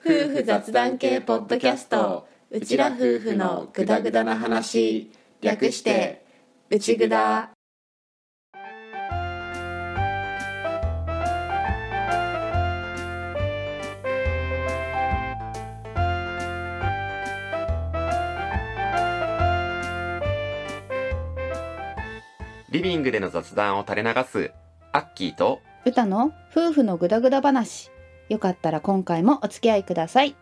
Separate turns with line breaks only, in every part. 夫婦雑談系ポッドキャストうちら夫婦のグダグダな話略してうちぐだ
リビングでの雑談を垂れ流すアッキーと
歌の夫婦のグダグダ話よかったら今回もお付き合いください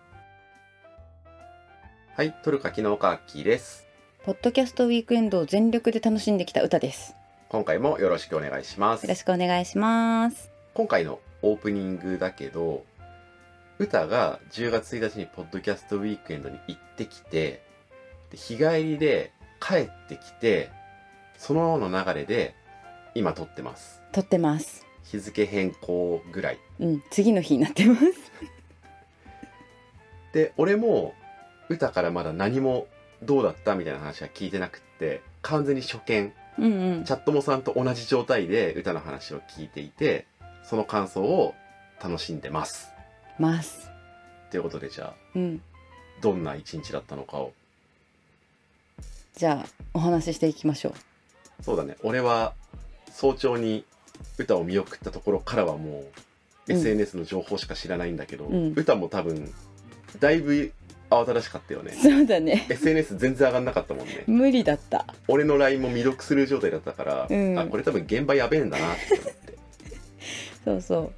はいトルカキの岡アッキーです
ポッドキャストウィークエンドを全力で楽しんできた歌です
今回もよろしくお願いします
よろしくお願いします
今回のオープニングだけど歌が10月1日にポッドキャストウィークエンドに行ってきてで日帰りで帰ってきてそのの流れで今撮ってます
撮ってます
日付変更ぐらい
うん次の日になってます
で俺も歌からまだ何もどうだったみたいな話は聞いてなくって完全に初見
うんうん
チャットモさんと同じ状態で歌の話を聞いていてその感想を楽しんでます
ます
ということでじゃあ
うん
どんな一日だったのかを
じゃあお話ししていきましょう
そうだね俺は早朝に歌を見送ったところからはもう
うん
SNS の情報しか知らないんだけど、
うん
歌も多分だいぶ慌ただしかったよね
そう だね
SNS 全然上がんなかったもんね
無理だった
俺の LINE も未読する状態だったから、
うん
あこれ多分現場やべえんだなって思って
そうそう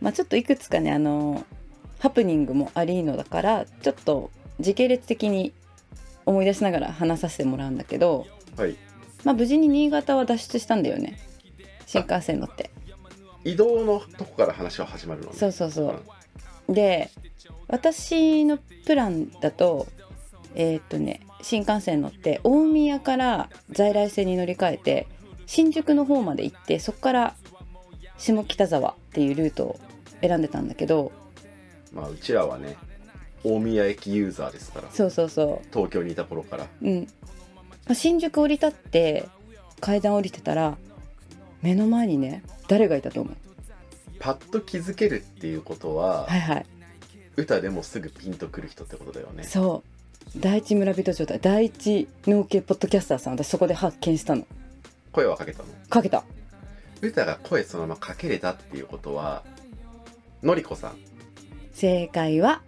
まあちょっといくつかねあのハプニングもありのだからちょっと時系列的に思い出しながら話させてもらうんだけど、
はい
まあ、無事に新潟は脱出したんだよね新幹線乗って
移動のとこから話は始まるのね
そうそうそうで私のプランだとえーっとね新幹線乗って大宮から在来線に乗り換えて新宿の方まで行ってそこから下北沢っていうルートを選んでたんだけど
まあうちらはね大宮駅ユーザーですから
そうそうそ
東京にいた頃から
ううん新宿降り立って階段降りてたら目の前にね誰がいたと思う
パッと気づけるっていうことは、
はいはい
歌でもすぐピンとくる人ってことだよね
そう第一村人状態第一農系ポッドキャスターさん私そこで発見したの
声はかけたの
かけた
歌が声そのままかけれたっていうことはのりこさん
正解は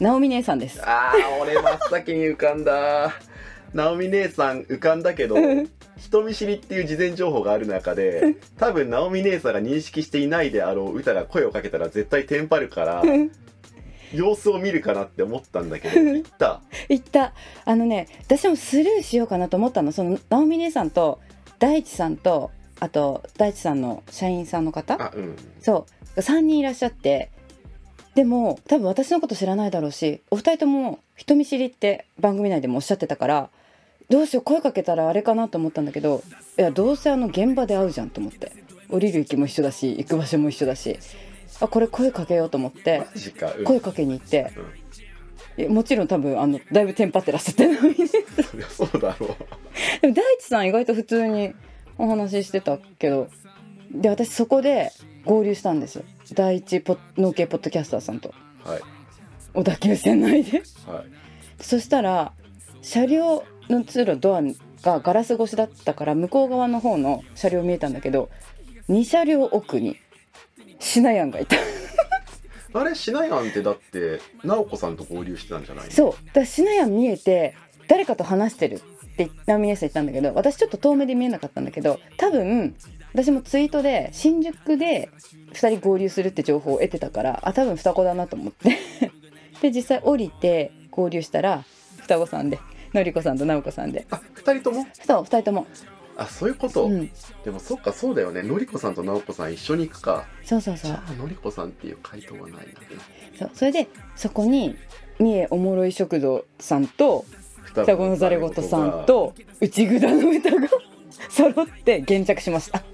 ナオミ姉さんです
あー俺真っ先に浮かんだ 直美姉さん浮かんだけど
うん
人見知りっていう事前情報がある中で多分直美姉さんが認識していないであろう歌が声をかけたら絶対テンパるから
うん
様子を見るかなって思ったんだけど言った
言ったあのね私もスルーしようかなと思ったのそのナオミ姉さんと大地さんとあと大地さんの社員さんの方
あうん
そう3人いらっしゃってでも多分私のこと知らないだろうしお二人とも人見知りって番組内でもおっしゃってたからどうしよう声かけたらあれかなと思ったんだけどいやどうせあの現場で会うじゃんと思って降りる行きも一緒だし行く場所も一緒だしあこれ声かけようと思って
マジか、うん
声かけに行って
うん
えもちろん多分あのだいぶテンパってらっしゃってるのにね
そりゃそうだろう
でも大地さん意外と普通にお話ししてたけどで私そこで合流したんですよ第一ポッ農系ポッドキャスターさんと
はい
小田急線内で
はい
そしたら車両の通路ドアがガラス越しだったから向こう側の方の車両見えたんだけど2車両奥にシナヤンがいた
あれしないなんてだって直子さんと合流してたんじゃないの
そうだからシナヤン見えて誰かと話してるってナミネさん言ったんだけど私ちょっと遠目で見えなかったんだけど多分私もツイートで新宿で2人合流するって情報を得てたからあ多分双子だなと思って で実際降りて合流したら双子さんでのりこさんと直子さんで
あ二人とも
そう2人とも
あそういうこと、
うん、
でもそっかそうだよねのりこさんと直子さん一緒に行くか
そうそうそ
じ
う
ゃあのりこさんっていう回答はないな
そうそれでそこに三重おもろい食堂さんと
双
双子のざれ言さんと内蔵の歌が 揃って現着しました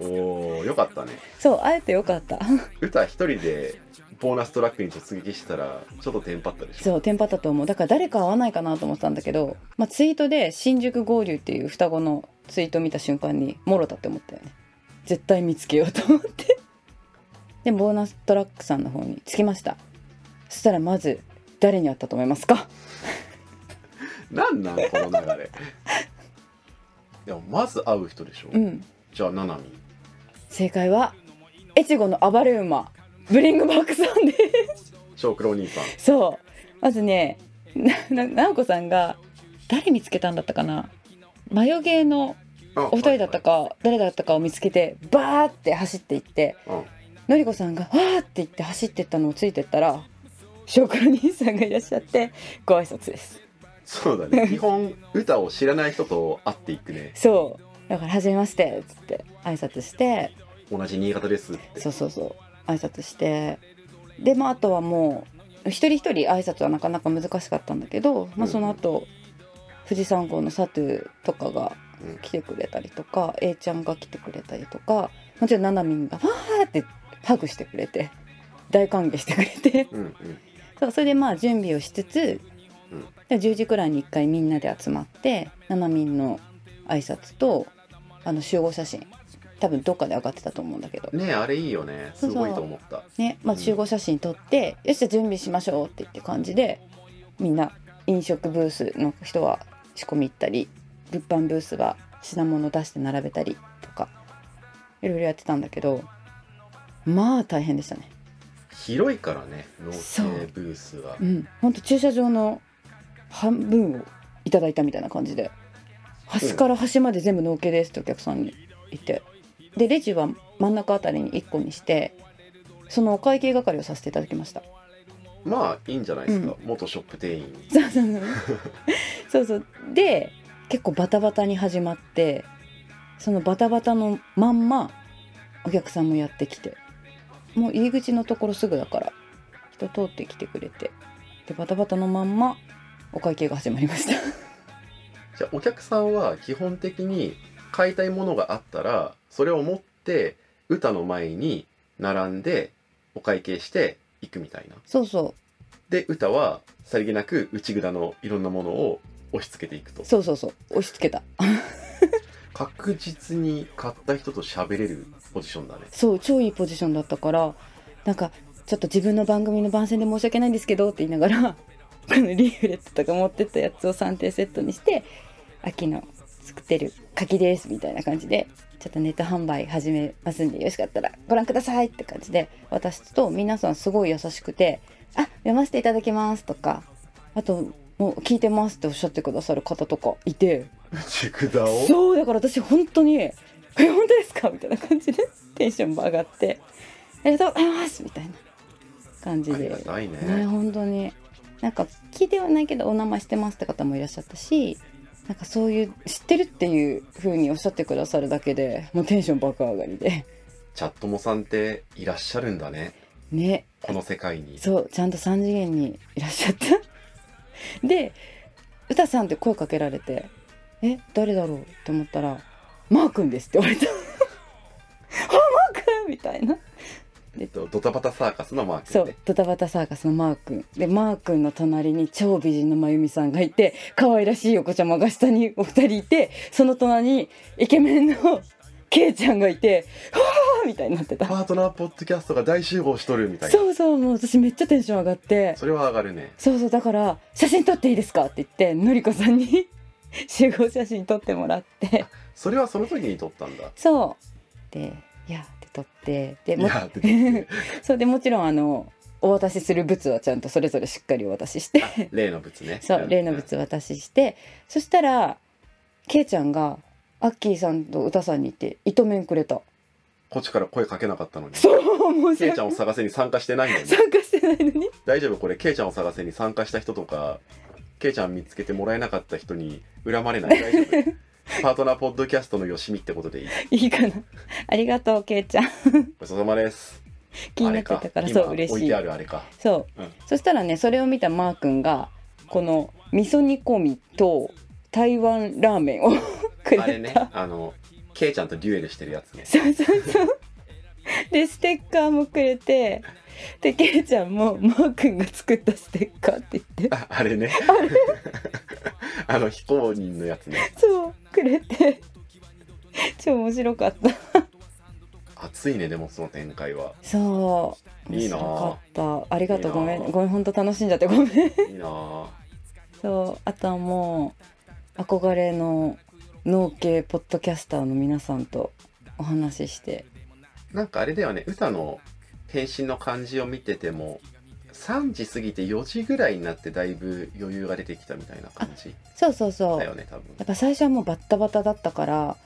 おおよかったね
そう会えてよかった
歌一人でボーナストラックに突撃してたらちょっとテンパったでしょ
そうテンパったと思うだから誰か会わないかなと思ってたんだけど、まあ、ツイートで「新宿合流」っていう双子のツイート見た瞬間にもろだって思ったよね絶 対見つけようと思ってでボーナストラックさんの方に着きましたそしたらまず誰に会ったと思いますか
なんなんこの流れでもまず会う人でしょ、
うん
じゃあななみ
正解は越後の暴れ馬ブリングバックさんです
小黒お兄さん
そうまずねなな 直子さんが誰見つけたんだったかなマヨゲーの
あ
お二人だった、か誰だったかを見つけてバーって走っていって
はいはいうん
のりこさんが「わー」って言って走ってったのをついてったら小黒兄さんがいらっしゃってご挨拶です
そうだ ね基本歌を知らない人と会っていくね
そうだから「はじめまして」っつって挨拶して
同じ新潟ですって
そうそうそう挨拶してでまああとはもう一人一人挨拶はなかなか難しかったんだけど、まあ、その後、富士山号のサトゥとかが
うん
来てくれたりとか、A ちゃんが来てくれたりとかもちろんななみんが「わー!」ってハグしてくれて大歓迎してくれて
うんうん
そうそれでまあ準備をしつつ、
うん
で10時くらいに1回みんなで集まってななみんの挨拶とあの集合写真多分どっかで上がってたと思うんだけど
ねえあれいいよねすごいと思った
ね、まあ、
うん
集合写真撮って、よしじゃあ準備しましょうって言って感じでみんな飲食ブースの人は仕込み行ったり物販ブースは品物出して並べたりとかいろいろやってたんだけどまあ大変でしたね
広いからね農
そう
政ブースは
うんほんと駐車場の半分をいただいたみたいな感じで端から端まで全部農家ですってお客さんに言ってでレジは真ん中あたりに1個にしてそのお会計係をさせていただきました
まあいいんじゃないですか、元ショップ店員
そうそうそうそうそうで結構バタバタに始まってそのバタバタのまんまお客さんもやってきてもう入り口のところすぐだから人通ってきてくれてでバタバタのまんまお会計が始まりました
じゃあお客さんは基本的に買いたいものがあったらそれを持って歌の前に並んでお会計していくみたいな
そうそ
で歌はさりげなく内蔵のいろんなものを押し付けていくと
うそうそうそう押し付けた
確実に買った人と喋れるポジショ ンだね
そう超いいポジションだったからなんかちょっと自分の番組の番宣で申し訳ないんですけどって言いながら このリーフレットとか持ってったやつを3点セットにして秋の作ってる柿ですみたいな感じでちょっとネット販売始めますんでよろしかったらご覧くださいって感じで私と皆さんすごい優しくて「あ読ませていただきます」とかあと「もう聞いてます」っておっしゃってくださる方とかいて
内蔵を
そうだから私本当に「え本当ですか?」みたいな感じでテンションも上がって「ありがとうございます」みたいな感じ
あり
で
がたいね
ね本当になんか聞いてはないけどお名前してますって方もいらっしゃったしなんかそういう知ってるっていう風におっしゃってくださるだけでもうテンション爆上がりで
チャットモさんっていらっしゃるんだね
ね
この世界に
そうちゃんと3次元にいらっしゃった で歌さんって声かけられて「え誰だろう?」って思ったら「マー君です」って言われた あマー君みたいな
えっとドタバタサーカスのマーク
そ
ね
うドタバタサーカスのマー君でマー君の隣に超美人の真由美さんがいて可愛らしいお子ちゃまが下にお二人いてその隣にイケメンの ケイちゃんがいて「はあ!」みたいになってた
パートナーポッドキャストが大集合しとるみたいな
そうそうもう私めっちゃテンション上がって
それは上がるね
そうそうだから「写真撮っていいですか?」って言ってのりこさんに 集合写真撮ってもらって
それはその時に撮ったんだ
そうで「いや」って撮ってで
い
も
や出てきて
そうでもちろんあのお渡しする物はちゃんとそれぞれしっかりお渡しして
例の物ね
そう例の物渡ししてそしたらけいちゃんがアッキーさんと歌さんに行って糸面くれた
こっちから声かけなかったのに
そう面
ケ
白
イ
い
ちゃんを探せに参加してないんだ よね
参加してないのに
大丈夫これケイちゃんを探せに参加した人とかケイちゃん見つけてもらえなかった人に恨ま れない大丈夫パートナーポッドキャストのよしみってことでいい
いいかなありがとうけいちゃん
ごちそうさまです
気になってたから
あれ
そ
今
う嬉
置
し
い
い
てあるあれか
そう、
うん
そしたらねそれを見たマー君がこの味噌煮込みと台湾ラーメンを くれた
あれねあのケイちゃんとデュエルしてるやつね
そうそうそうでステッカーもくれてでケイちゃんもマー君が作ったステッカーって言って
ああれね あの非公認のやつね
そうくれて超面白かった
熱いねでもその展開は
そう
いいなぁ
面白かったありがとう
いい
ご
なぁ
めんごめん本当楽しんじゃってごめん
いいなぁ
そうあとはもう憧れの農系ポッドキャスターの皆さんとお話しして
なんかあれだよね歌の返信の感じを見てても3時過ぎて4時ぐらいになってだいぶ余裕が出てきたみたいな感じ
そうそうそう、
だよね多分
やっぱ最初はもうバッタバタだったから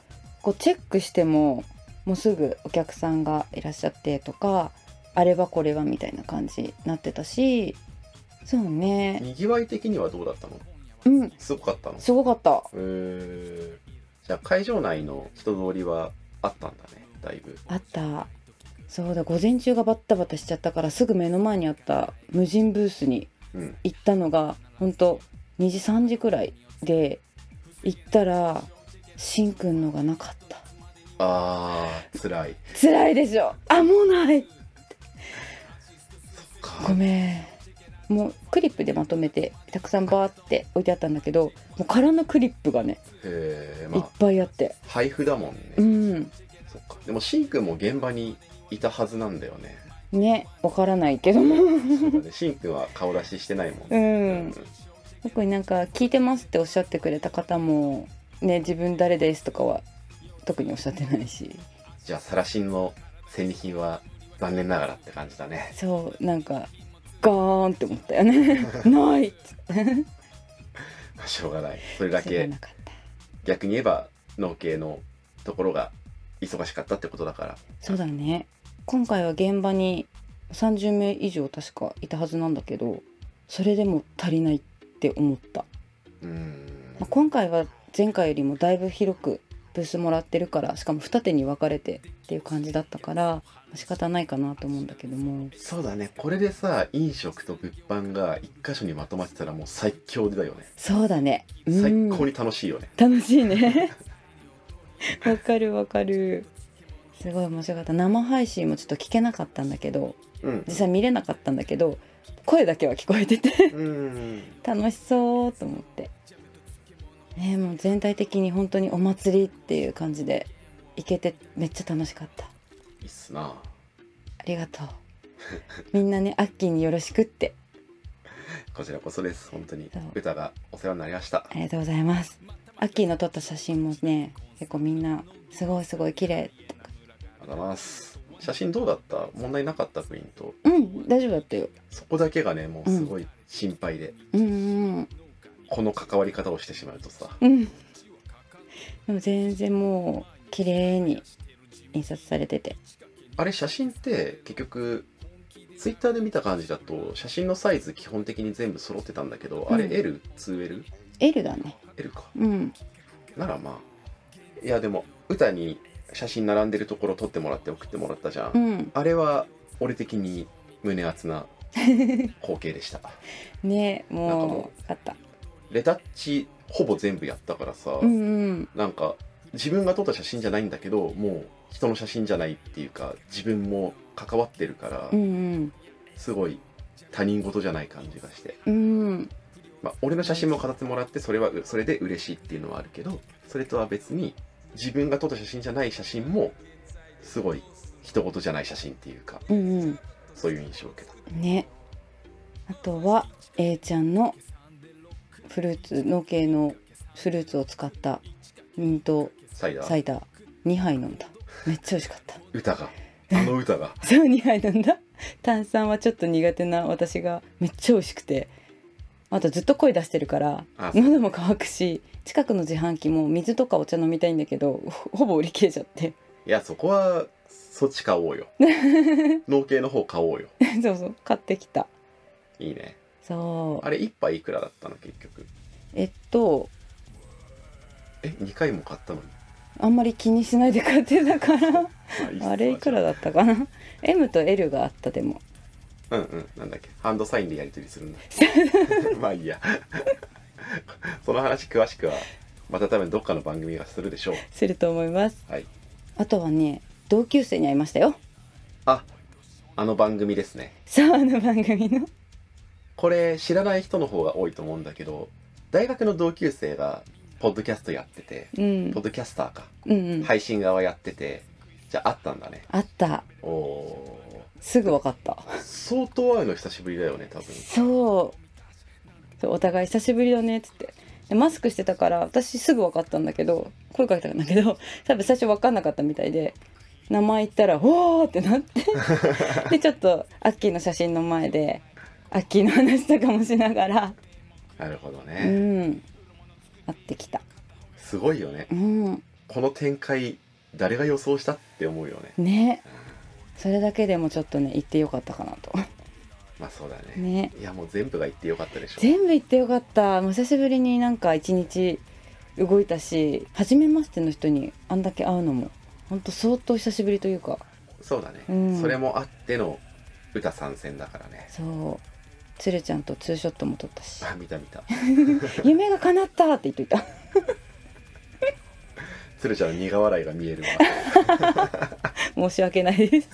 こうチェックしてももうすぐお客さんがいらっしゃってとかあれはこれはみたいな感じになってたしそうね
にぎわい的にはどうだったの
うん
すごかったの
すごかった
うーんじゃあ会場内の人通りはあったんだねだいぶ
あったそうだ午前中がバッタバタしちゃったからすぐ目の前にあった無人ブースに
うん
行ったのがほんと2時3時くらいで行ったらしんくんのがなかった
あー辛い
辛いでしょあもうない
か
ごめんもうクリップでまとめてたくさんバーって置いてあったんだけどもう空のクリップがね、
えー
いっ
ま
ぱいあって
あ配布だもんね、
うん
そっかでもしんくんも現場にいたはずなんだよね
ねわからないけど も
そうだねしんくんは顔出ししてないもん
う
ね、
ん特になんか聞いてますっておっしゃってくれた方もね自分誰ですとかは特におっしゃってないし
じゃあサラシンの戦利品は残念ながらって感じだね
そうなんかガーンって思ったよねないっつって
まあしょうがないそれだ
それは
け
なかった
逆に言えば農系のところが忙しかったってことだから
そうだね今回は現場に30名以上確かいたはずなんだけどそれでも足りないって思った、
うーん
まあ今回は前回よりもだいぶ広くブースもらってるからしかも二手に分かれてっていう感じだったから仕方ないかなと思うんだけども
そうだねこれでさ飲食と物販が一箇所にまとまってたらもう最強だよね
そうだねうん
最高に楽しいよね、
楽しいね わかるわかるすごい面白かった生配信もちょっと聞けなかったんだけど
うん
実際見れなかったんだけど声だけは聞こえてて
うん
楽しそうと思って、ね、もう全体的に本当にお祭りっていう感じで行けてめっちゃ楽しかったあ
いいっすな
りがとうみんなねアッキーによろしくって
こちらこそです本当に
そう
歌がお世話になりました
ありがとうございますアッキーの撮った写真もね結構みんなすごいすごい綺麗とか
ありがとうございます写真どうだった問題なかったプリント
うん大丈夫だったよ
そこだけがねもうすごい心配で、
うんうん
この関わり方をしてしまうとさ
うんでも全然もう綺麗に印刷されてて
あれ写真って結局ツイッターで見た感じだと写真のサイズ基本的に全部揃ってたんだけど、あれ
うん
L2L?L
L だね
か
うん
ならまあいやでも歌に写真並んでるところ撮ってもらって送ってもらったじゃん、
うん
あれは俺的に胸 熱な光景でした
ね
なんか
も
も
うあった
レタッチほぼ全部やったからさ、
うんうん
なんか自分が撮った写真じゃないんだけどもう人の写真じゃないっていうか自分も関わってるから、
うんうん
すごい他人事じゃない感じがして、
うん、
まあ、俺の写真も飾ってもらってそれはそれで嬉しいっていうのはあるけどそれとは別に自分が撮った写真じゃない写真もすごい人事じゃない写真っていうか
うんう
そういう印象を受けた
んねあとは A ちゃんのフルーツ農系のフルーツを使ったミント
サイダ
サ
ー
イダー2杯飲んだめっちゃ美味しかった
歌があの歌が
そう2杯飲んだ炭酸はちょっと苦手な私がめっちゃ美味しくてあとずっと声出してるから
あそう
喉も乾くし近くの自販機も水とかお茶飲みたいんだけどほ ほぼ売り切れちゃって
いやそこはそっち買お うよ農系の方買おうよ
そうそう買ってきた
いいね
そう
あれ1杯いくらだったの結局
えっと
え2回も買ったのに
あんまり気にしないで買ってたから
あいいっす
あれいくらだったかな M と L があったでも
うんうんなんだっけハンドサインでやり取りするん だまあいいや その話詳しくはまた多分どっかの番組がするでしょう
すると思います
はい
あとはね同級生に会いましたよ
ああの番組ですね
さああの番組の
これ知らない人の方が多いと思うんだけど大学の同級生がポッドキャストやってて
うん
ポッドキャスターか
うんうん
配信側やっててじゃああったんだね
あった
おお
すぐ分かった
ー相当会うの久しぶりだよね多分
そうそうお互い久しぶりだねっつってでマスクしてたから私すぐ分かったんだけど声かけたんだけど 多分最初分かんなかったみたいで名前言ったら「おー!」ってなってでちょっとアッキーの写真の前でアッキーの話とかもしながら
なるほど
う
ね、
ん会ってきた
すごいよね
うん
この展開誰が予想したって思うよね
ねそれだけでもちょっとね行ってよかったかなと
まあそうだね
ね
いやもう全部が言ってよかったでしょ
全部行ってよかったもう久しぶりになんか一日動いたし初めましての人にあんだけ会うのもほんと相当久しぶりというか
そうだね、
うん
それもあっての歌参戦だからね
そうつるちゃんとツーショットも撮ったし
あ見た見た
夢が叶ったって言っといた
鶴ちゃんの苦笑いが見える わ
申し訳ないです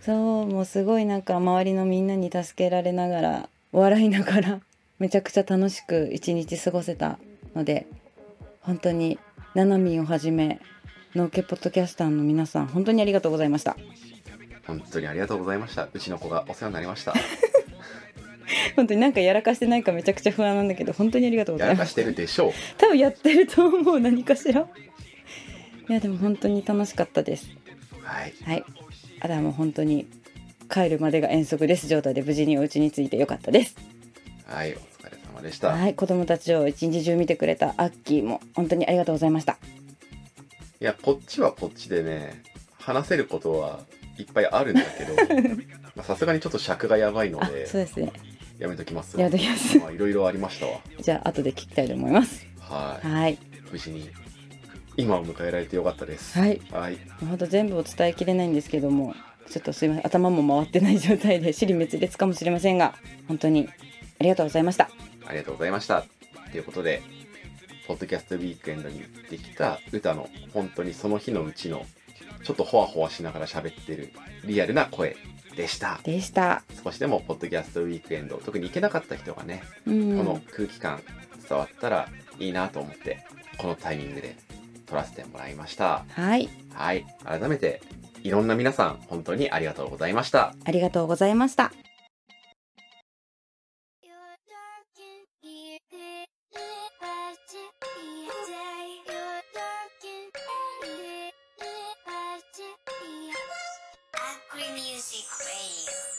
そうもうすごいなんか周りのみんなに助けられながら笑いながらめちゃくちゃ楽しく一日過ごせたので本当にななみんをはじめ農家ポッドキャスターの皆さん本当にありがとうございました
本当にありがとうございましたうちの子がお世話になりました
本当になんかやらかしてないかめちゃくちゃ不安なんだけど本当にありがとうご
や
ざい
ら
ま
か
し
したてるでしょう
多分やってると思う何かしらいやでも本当に楽しかったです
はい
はいあとはもう本当に帰るまでが遠足です状態で無事にお家に着いてよかったです
はいお疲れ様でした、、
はいい子供たちを一日中見てくれたアッキーも本当にありがとうございました
やこっちはこっちでね話せることはいっぱいあるんだけど まあさすがにちょっと尺がやばいの
あ
で
そうですね
やめときます
やめときます
まあいろいろありましたわ
じゃあ後で聞きたいと思います
はい
はい
無事に今を迎えられてよかったです
はい
はい
本当全部を伝えきれないんですけどもちょっとすいません頭も回ってない状態で尻滅裂かもしれませんが本当にありがとうございました
ありがとうございました。ということで、ポッドキャストウィークエンドに行ってきた歌の本当にその日のうちのちょっとホワホワしながら喋ってるリアルな声でした。
でした
少しでもポッドキャストウィークエンド、特に行けなかった人がね、
うん
この空気感伝わったらいいなと思って、このタイミングで撮らせてもらいました。
はい
はい。改めて、いろんな皆さん本当にありがとうございました。
ありがとうございました。
You're talking here, there, there, I check here, there. You're talking here, there, I check here. Angry Music Radio.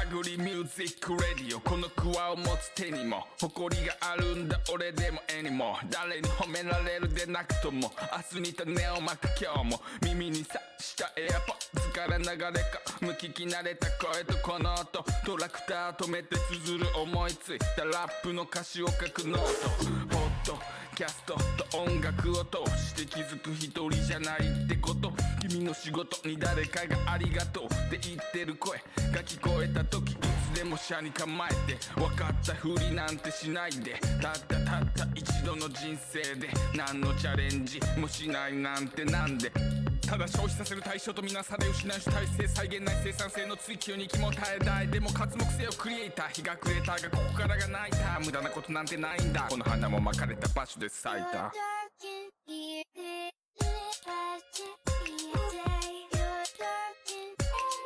アグリミュージックレディオこのクワを持つ手にも誇りがあるんだ俺でも絵にも誰に褒められるでなくとも明日に種をまく今日も耳にさしたエアポッズから流れか無聞き慣れた声とこの音トラクター止めて綴る思いついたラップの歌詞を書くノートポッドキャストと音楽を通して気づく一人じゃないってこと君の仕事に誰かがありがとうって言ってる声が聞こえた時いつでも車に構えて分かったふりなんてしないでたったたった一度の人生で何のチャレンジもしないなんてなんでただ消費させる対象とみなされ失う主体性再現ない生産性の追求に気も耐えたいでも活目性をクリエイター日が暮れたがここからが泣いた無駄なことなんてないんだこの花も巻かれた場所で咲い
You're
た
talking here, there, there, I check here,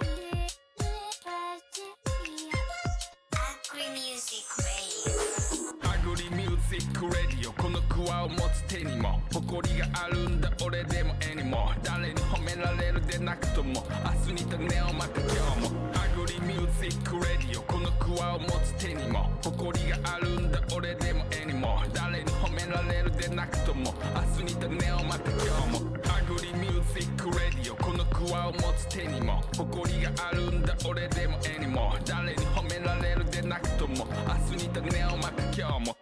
there. You're talking here, there, I check here. Angry Music Radio.
アグリミュージックレディオこのクワを持つ手にも誇りがあるんだ俺でも絵にも誰に褒められるでなくとも明日に種をまく今日もアグリミュージックレディオこのクワを持つ手にも誇りがあるんだ俺でも絵にも誰に褒められるでなくとも明日に種をまく今日もアグリミュージックレディオこのクワを持つ手にも誇りがあるんだ俺でも絵にも誰に褒められるでなくとも明日に種をまく今日も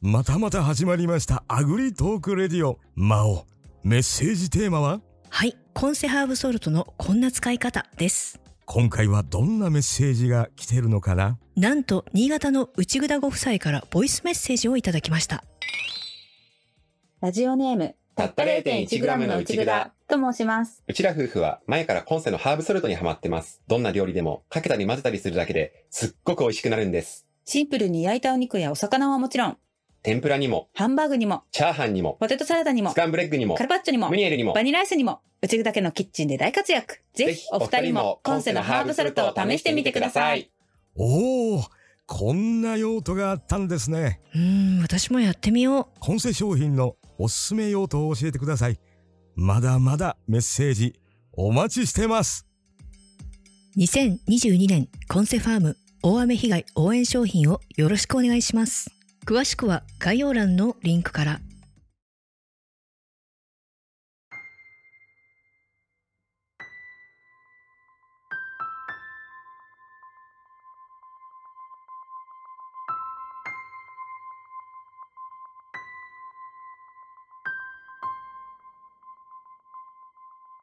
またまた始まりましたアグリトークレディオ魔王メッセージテーマは
はい、コンセハーブソルトのこんな使い方です。
今回はどんなメッセージが来てるのかな
なんと新潟の内ぐだご夫妻からボイスメッセージをいただきました。
ラジオネーム
たった 0.1g の内蔵
と申します。
うちら夫婦は前から今世のハーブソルトにハマってます。どんな料理でもかけたり混ぜたりするだけですっごく美味しくなるんです。
シンプルに焼いたお肉やお魚はもちろん、
天ぷらにも、
ハンバーグにも、
チャーハンにも、
ポテトサラダにも
ス、カンブレッグにも
カ、ルパッチョにも
ム、ニエルにも
バ、ニラアイスにも、うちぐだけのキッチンで大活躍。ぜひお二人も今世のハーブソルトを試してみてください。。
おおこんな用途があったんですね
うーん、私もやってみよ
今世商品のおすすめ用途を教えてくださいまだまだメッセージお待ちしてます
う。2022年コンセファーム大雨被害応援商品をよろしくお願いします。詳しくは概要欄のリンクから。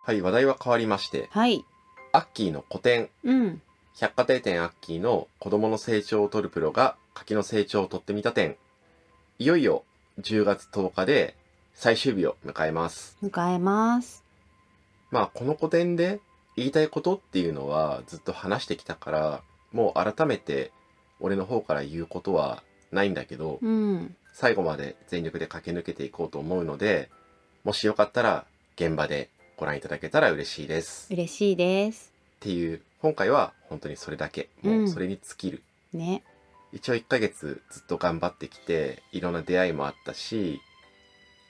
はい、話題は変わりまして、
はい
アッキーの個展、
うん
百貨店店アッキーの子供の成長を取るプロが柿の成長を取ってみた展。いよいよ10月10日で最終日を迎えます。
迎えます
まあ、この個展で言いたいことっていうのはずっと話してきたから、もう改めて俺の方から言うことはないんだけど、
うん
最後まで全力で駆け抜けていこうと思うので、もしよかったら現場でご覧いただけたら嬉しいです。っ
嬉しいです
ていう、今回は本当にそれだけ、もうそれに尽きる。
ね
一応1ヶ月ずっと頑張ってきて、いろんな出会いもあったし、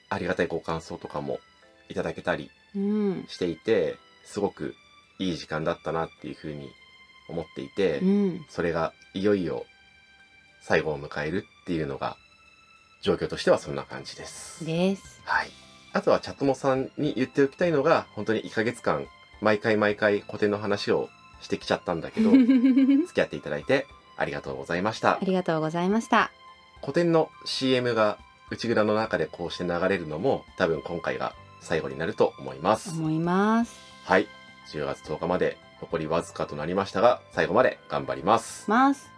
ありがたいご感想とかもいただけたり
うん
していて、すごくいい時間だったなっていうふうに思っていて、
うん
それがいよいよ最後を迎えるっていうのが、状況としてはそんな感じです。
です
はい。あとはチャットモさんに言っておきたいのが、本当に1ヶ月間、毎回毎回古典の話をしてきちゃったんだけど、付き合っていただいてありがとうございました
あ。りがとうございました
古典の CM が内蔵の中でこうして流れるのも、多分今回が最後になると思います。
思います
はい。10月10日まで残りわずかとなりましたが、最後まで頑張ります。
ます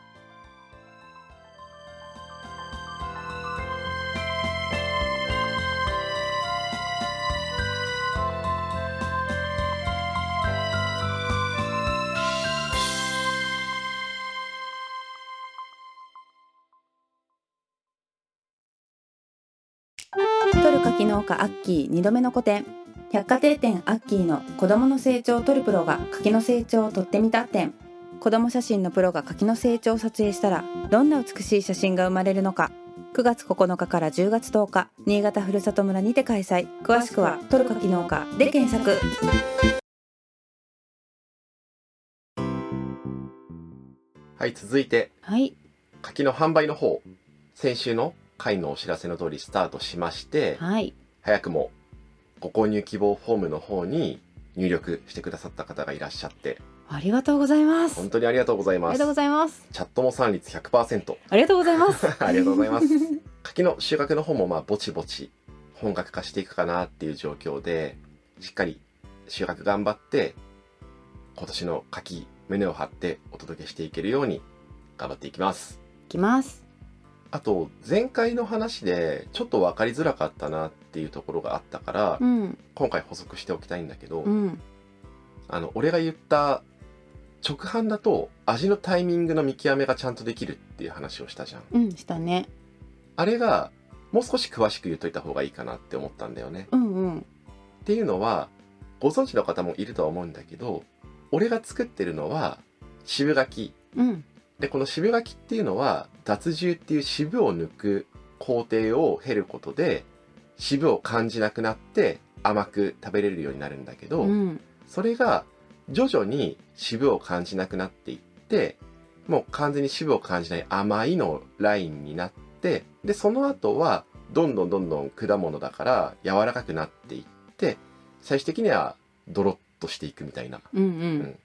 トルカキ農家アッキー2度目の個展百貨店店アッキーの子供の成長を撮るプロが柿の成長を撮ってみた展子供写真のプロが柿の成長を撮影したらどんな美しい写真が生まれるのか9月9日から10月10日新潟ふるさと村にて開催詳しくは「トルカキ農家」で検索
はい、続いて、
はい
柿の販売の方、先週の回のお知らせの通りスタートしまして、
はい
早くもご購入希望フォームの方に入力してくださった方がいらっしゃって
ありがとうございますあ
本当にありがとうござい
り
ま
が
す
とうございます
チャットも3率100%
ありがとうございます
ありがとうございます柿の収穫の方もまあぼちぼち本格化していくかなっていう状況でしっかり収穫頑張って今年の柿胸を張ってお届けしていけるように頑張っていきます
いきます
あと前回の話でちょっと分かりづらかったなっていうところがあったから、
うん
今回補足しておきたいんだけど、
うん
あの、俺が言った直販だと味のタイミングの見極めがちゃんとできるっていう話をしたじゃん。
うんしたね
あれがもう少し詳しく言っといた方がいいかなって思ったんだよね。
うんうん
っていうのは、ご存知の方もいるとは思うんだけど、俺が作ってるのは渋柿。
うん
で、この渋柿っていうのは脱汁っていう渋を抜く工程を経ることで渋を感じなくなって甘く食べれるようになるんだけど、
うん
それが徐々に渋を感じなくなっていって、もう完全に渋を感じない甘いのラインになって、で、その後はどんどんどんどん果物だから柔らかくなっていって、最終的にはドロッとしていくみたいな
うんうん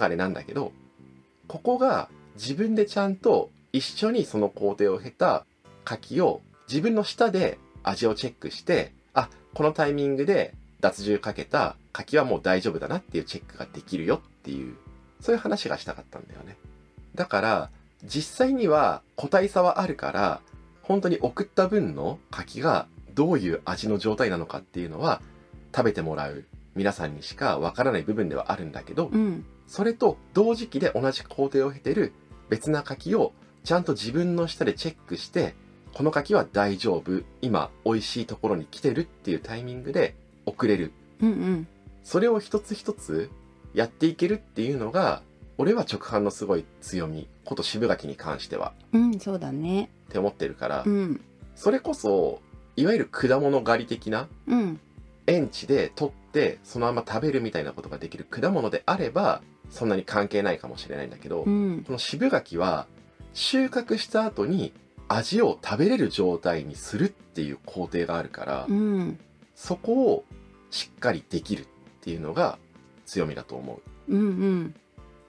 流れなんだけど、ここが自分でちゃんと一緒にその工程を経た柿を自分の舌で味をチェックして、あ、このタイミングで脱汁かけた柿はもう大丈夫だなっていうチェックができるよっていう、そういう話がしたかったんだよね。だから、実際には個体差はあるから、本当に送った分の柿がどういう味の状態なのかっていうのは、食べてもらう皆さんにしかわからない部分ではあるんだけど、
うん
それと同時期で同じ工程を経てる別な柿をちゃんと自分の下でチェックして、この柿は大丈夫今美味しいところに来てるっていうタイミングで送れる
うんうん
それを一つ一つやっていけるっていうのが俺は直販のすごい強みこと渋柿に関しては
うんそうだね
って思ってるから、
うん
それこそいわゆる果物狩り的な
うん
園地で取ってそのまま食べるみたいなことができる果物であればそんなに関係ないかもしれないんだけど、
うん
この渋柿は収穫した後に味を食べれる状態にするっていう工程があるから、
うん
そこをしっかりできるっていうのが強みだと思う。
うんうん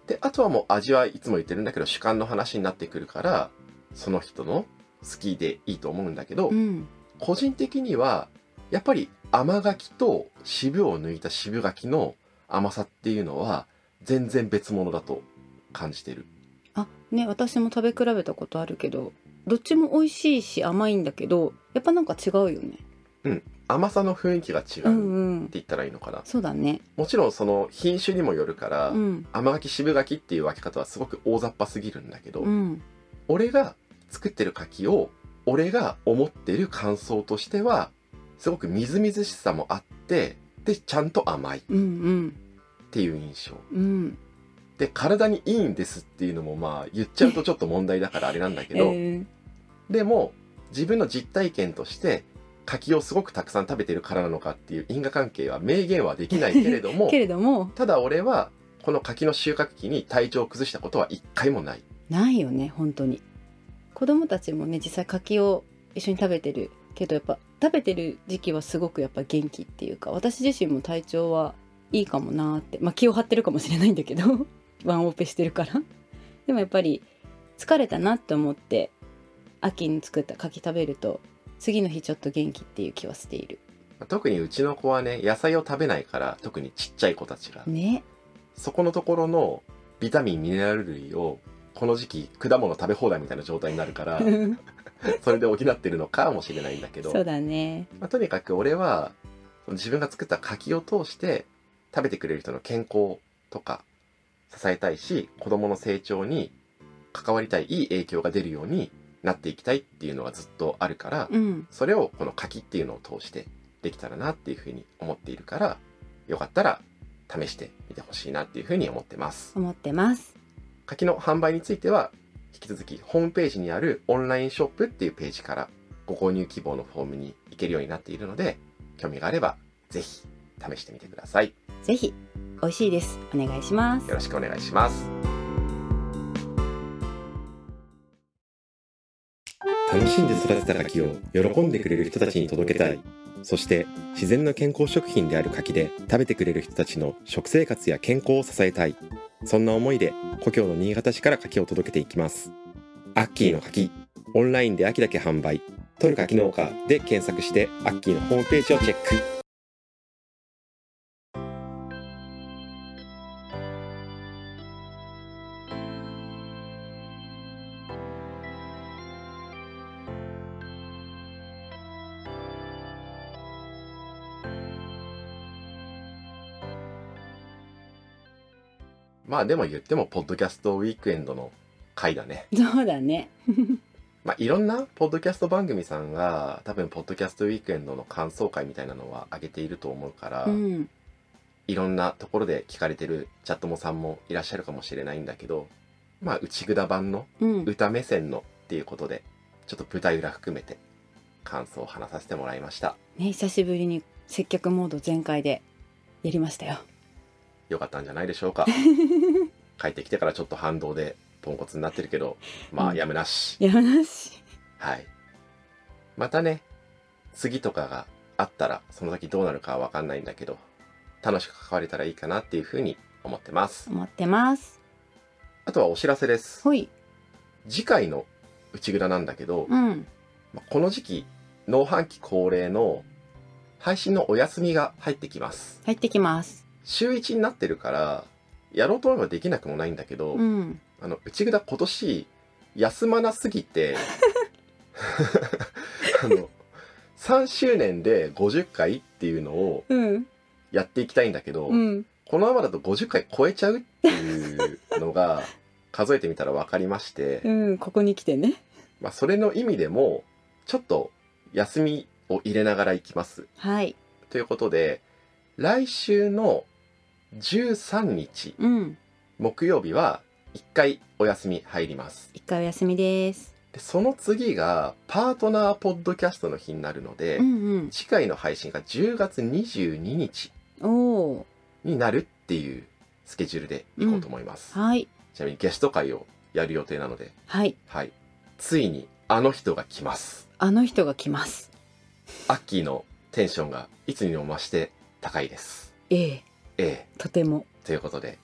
であとはもう味はいつも言ってるんだけど主観の話になってくるからその人の好きでいいと思うんだけど、
うん
個人的にはやっぱり甘柿と渋を抜いた渋柿の甘さっていうのは全然別物だと感じてる。
あね私も食べ比べたことあるけどどっちも美味しいし甘いんだけどやっぱなんか違うよね
甘さの雰囲気が違うって
うんうん
言ったらいいのかな、
そうだね
もちろんその品種にもよるから、
うん
甘柿渋柿っていう分け方はすごく大雑把すぎるんだけど、
うん
俺が作ってる柿を俺が思ってる感想としてはすごくみずみずしさもあってでちゃんと甘いっ
うん
ていう印象
うんうん
で体にいいんですっていうのもまあ言っちゃうとちょっと問題だからあれなんだけど、
え
でも自分の実体験として柿をすごくたくさん食べてるからなのかっていう因果関係は明言はできないけれど
ー
も
けれども
ただ俺はこの柿の収穫期に体調を崩したことは一回もない
ないよね本当に子供たちもね実際柿を一緒に食べてるけどやっぱ食べてる時期はすごくやっぱ元気っていうか私自身も体調はいいかもなーってまあ気を張ってるかもしれないんだけど ワンオペしてるからでもやっぱり疲れたなって思って秋に作った柿食べると次の日ちょっと元気っていう気はしている
特にうちの子はね野菜を食べないから特にちっちゃい子たちが
ね
そこのところのビタミンミネラル類をこの時期果物食べ放題みたいな状態になる からそれで補ってるのかもしれないんだけど
そうだね
まあ、とにかく俺は自分が作った柿を通して食べてくれる人の健康とか支えたいし子供の成長に関わりたいいい影響が出るようになっていきたいっていうのがずっとあるから、
うん
それをこの柿っていうのを通してできたらなっていうふうに思っているからよかったら試してみてほしいなっていうふうに思ってます
思ってます
柿の販売については引き続きホームページにあるオンラインショップっていうページからご購入希望のフォームに行けるようになっているので興味があればぜひ試してみてください
ぜひ美味しいですお願いします
よろしくお願いします楽しんで育てた柿を喜んでくれる人たちに届けたいそして自然の健康食品である柿で食べてくれる人たちの食生活や健康を支えたいそんな思いで故郷の新潟市から柿を届けていきますアッキーの柿オンラインで秋だけ販売「取る柿農家」で検索してアッキーのホームページをチェックまあでも言ってもポッドキャストウィークエンドの回だね
そうだね
まあ、いろんなポッドキャスト番組さんが多分ポッドキャストウィークエンドの感想会みたいなのは上げていると思うから、
うん
いろんなところで聞かれてるチャットモさんもいらっしゃるかもしれないんだけどまあ内蔵版の
うん
歌目線のっていうことでちょっと舞台裏含めて感想を話させてもらいました
ね、久しぶりに接客モード全開でやりましたよ。
よかったんじゃないでしょう か帰ってきてからちょっと反動でポンコツになってるけどまあやむなし、
やなし。
はい。またね、次とかがあったら、その時どうなるかはわかんないんだけど、楽しく関われたらいいかなっていうふうに思ってます。
思ってます。
あとはお知らせです。
ほい。
次回の内蔵なんだけど、
うん。
まあこの時期、農飯期恒例の配信のお休みが入ってきます。
入ってきます。
週1になってるから、やろうと思えばできなくもないんだけど、
うん。
あの内蔵今年休まなすぎて あの3周年で50回っていうのを
うん。
やっていきたいんだけど、
うん。
このままだと50回超えちゃうっていうのが数えてみたら分かりまして、
うん。ここに来てね。
まあ、それの意味でもちょっと休みを入れながら行きます。
はい。
ということで、来週の13日
うん。
木曜日は一回お休み入ります。
一回お休みです。
で、その次がパートナーポッドキャストの日になるので、
うん
次回の配信が10月22日
うん。おお。
になるっていうスケジュールでいこうと思います。
はい。
ちなみにゲスト会をやる予定なので、
はい。
はい。ついにあの人が来ます。
あの人が来ます。
アッキーのテンションがいつにも増して高いです。
ええ。
ええ。
とても。
ということで、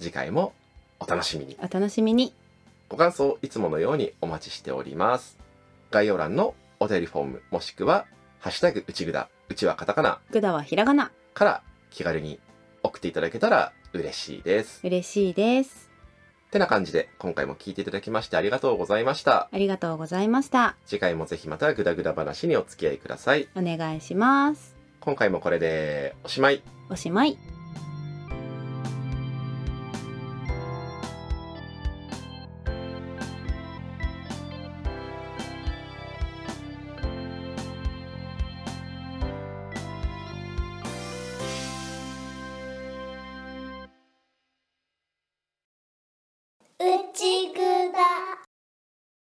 次回もお楽しみに。
お楽しみに。
ご感想いつものようにお待ちしております。概要欄のお便りフォームもしくは、ハッシュタグうちぐだ、うちはカタカナ
くだはひらがな。
から気軽に送っていただけたら嬉しいです。
嬉しいです。
てな感じで今回も聞いていただきましてありがとうございました。
ありがとうございました。
次回もぜひまたグダグダ話にお付き合いください。
お願いします。
今回もこれでおしまい。
おしまい。